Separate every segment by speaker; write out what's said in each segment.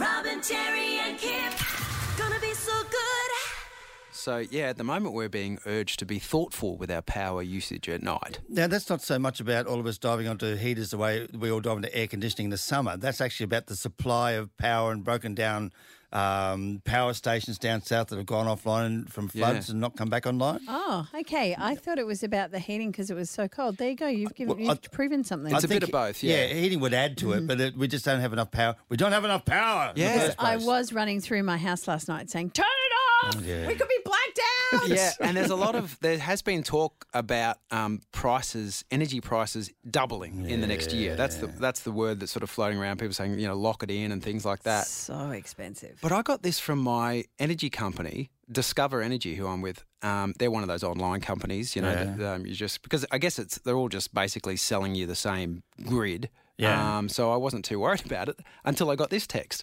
Speaker 1: and Jerry and Kip. Gonna be so good.
Speaker 2: So, yeah, at the moment we're being urged to be thoughtful with our power usage at night.
Speaker 3: Now, that's not so much about all of us diving onto heaters the way we all dive into air conditioning in the summer. That's actually about the supply of power and broken down um, power stations down south that have gone offline from floods
Speaker 2: Yeah.
Speaker 3: and not come back online.
Speaker 4: Oh, okay. I thought it was about the heating because it was so cold. There you go. You've given,
Speaker 3: Well, I-
Speaker 4: you've proven something.
Speaker 2: It's a bit of both, yeah.
Speaker 3: heating would add to
Speaker 4: Mm-hmm.
Speaker 3: it, but it, we just don't have enough power. We don't have enough power. in the
Speaker 2: Yeah.
Speaker 3: first
Speaker 4: I
Speaker 3: place.
Speaker 4: was running through my house last night saying, "Turn it off.
Speaker 3: yeah.
Speaker 4: We could be blacked out."
Speaker 2: Mm, Yeah, and there's a lot of there has been talk about um, prices, energy prices doubling in the next year. That's the that's the word that's sort of floating around. People saying you know lock it in and things like that.
Speaker 4: So expensive.
Speaker 2: But I got this from my energy company, Discover Energy, who I'm with. Um, they're one of those online companies, you know. That, um, you just because I guess it's they're all just basically selling you the same grid.
Speaker 3: Yeah.
Speaker 2: Um, so I wasn't too worried about it until I got this text,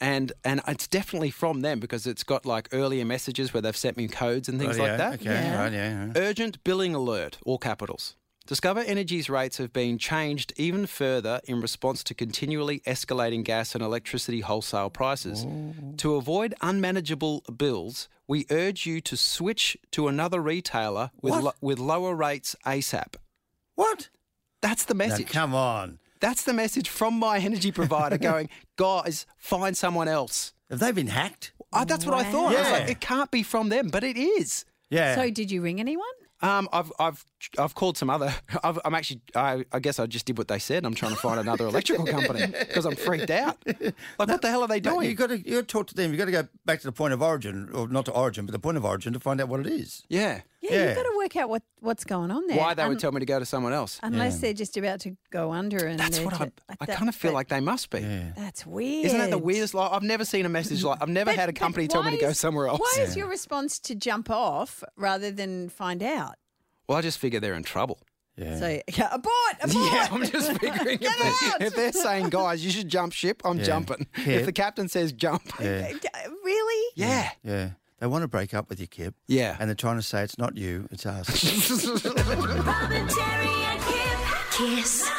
Speaker 2: and and it's definitely from them because it's got like earlier messages where they've sent me codes and things
Speaker 3: Oh, yeah,
Speaker 2: like that.
Speaker 3: Okay,
Speaker 4: Yeah.
Speaker 3: right, yeah.
Speaker 2: Urgent billing alert, all capitals. Discover Energy's rates have been changed even further in response to continually escalating gas and electricity wholesale prices.
Speaker 3: Oh.
Speaker 2: To avoid unmanageable bills, we urge you to switch to another retailer with,
Speaker 3: What?
Speaker 2: lo- with lower rates ASAP.
Speaker 3: What?
Speaker 2: That's the
Speaker 3: Now,
Speaker 2: message.
Speaker 3: come on.
Speaker 2: That's the message from my energy provider going, guys, find someone else.
Speaker 3: Have they been hacked?
Speaker 2: I, that's what I thought. I was
Speaker 3: Wow.
Speaker 2: like, it can't be from them, but it is.
Speaker 3: Yeah.
Speaker 4: So, did you ring anyone?
Speaker 2: Um, I've I've I've called some other. I've, I'm actually. I, I guess I just did what they said. I'm trying to find another electrical company because I'm freaked out. Like, what the hell are they
Speaker 3: No,
Speaker 2: doing?
Speaker 3: you got to you got to talk to them. You got to go back to the point of origin, or not to origin, but the point of origin to find out what it is.
Speaker 2: Yeah.
Speaker 4: Yeah,
Speaker 3: Yeah.
Speaker 4: you've got to work out what, what's going on there.
Speaker 2: Why they
Speaker 4: Un-
Speaker 2: would tell me to go to someone else?
Speaker 4: unless they're just about to go under and
Speaker 2: That's
Speaker 4: they're
Speaker 2: what I.
Speaker 4: ju-
Speaker 2: I
Speaker 4: that-
Speaker 2: kind of feel
Speaker 4: but
Speaker 2: like they must be.
Speaker 4: that's weird.
Speaker 2: Isn't that the weirdest? Like, I've never seen a message like. I've never
Speaker 4: But-
Speaker 2: had a
Speaker 4: but
Speaker 2: company tell me
Speaker 4: why
Speaker 2: to go
Speaker 4: is-
Speaker 2: somewhere else.
Speaker 4: Why is your response to jump off rather than find out?
Speaker 2: Well, I just figure they're in trouble.
Speaker 3: Yeah.
Speaker 4: So yeah, abort, abort.
Speaker 2: Yeah, I'm just figuring
Speaker 4: Get
Speaker 2: if,
Speaker 4: out!
Speaker 2: they, if they're saying, guys, you should jump ship, I'm jumping.
Speaker 3: Yeah.
Speaker 2: If the captain says jump,
Speaker 3: yeah,
Speaker 4: really?
Speaker 2: yeah.
Speaker 3: yeah. They want to break up with you, Kip.
Speaker 2: Yeah.
Speaker 3: And they're trying to say it's not you, it's us.
Speaker 1: Bob and Jerry and Kip. Kiss.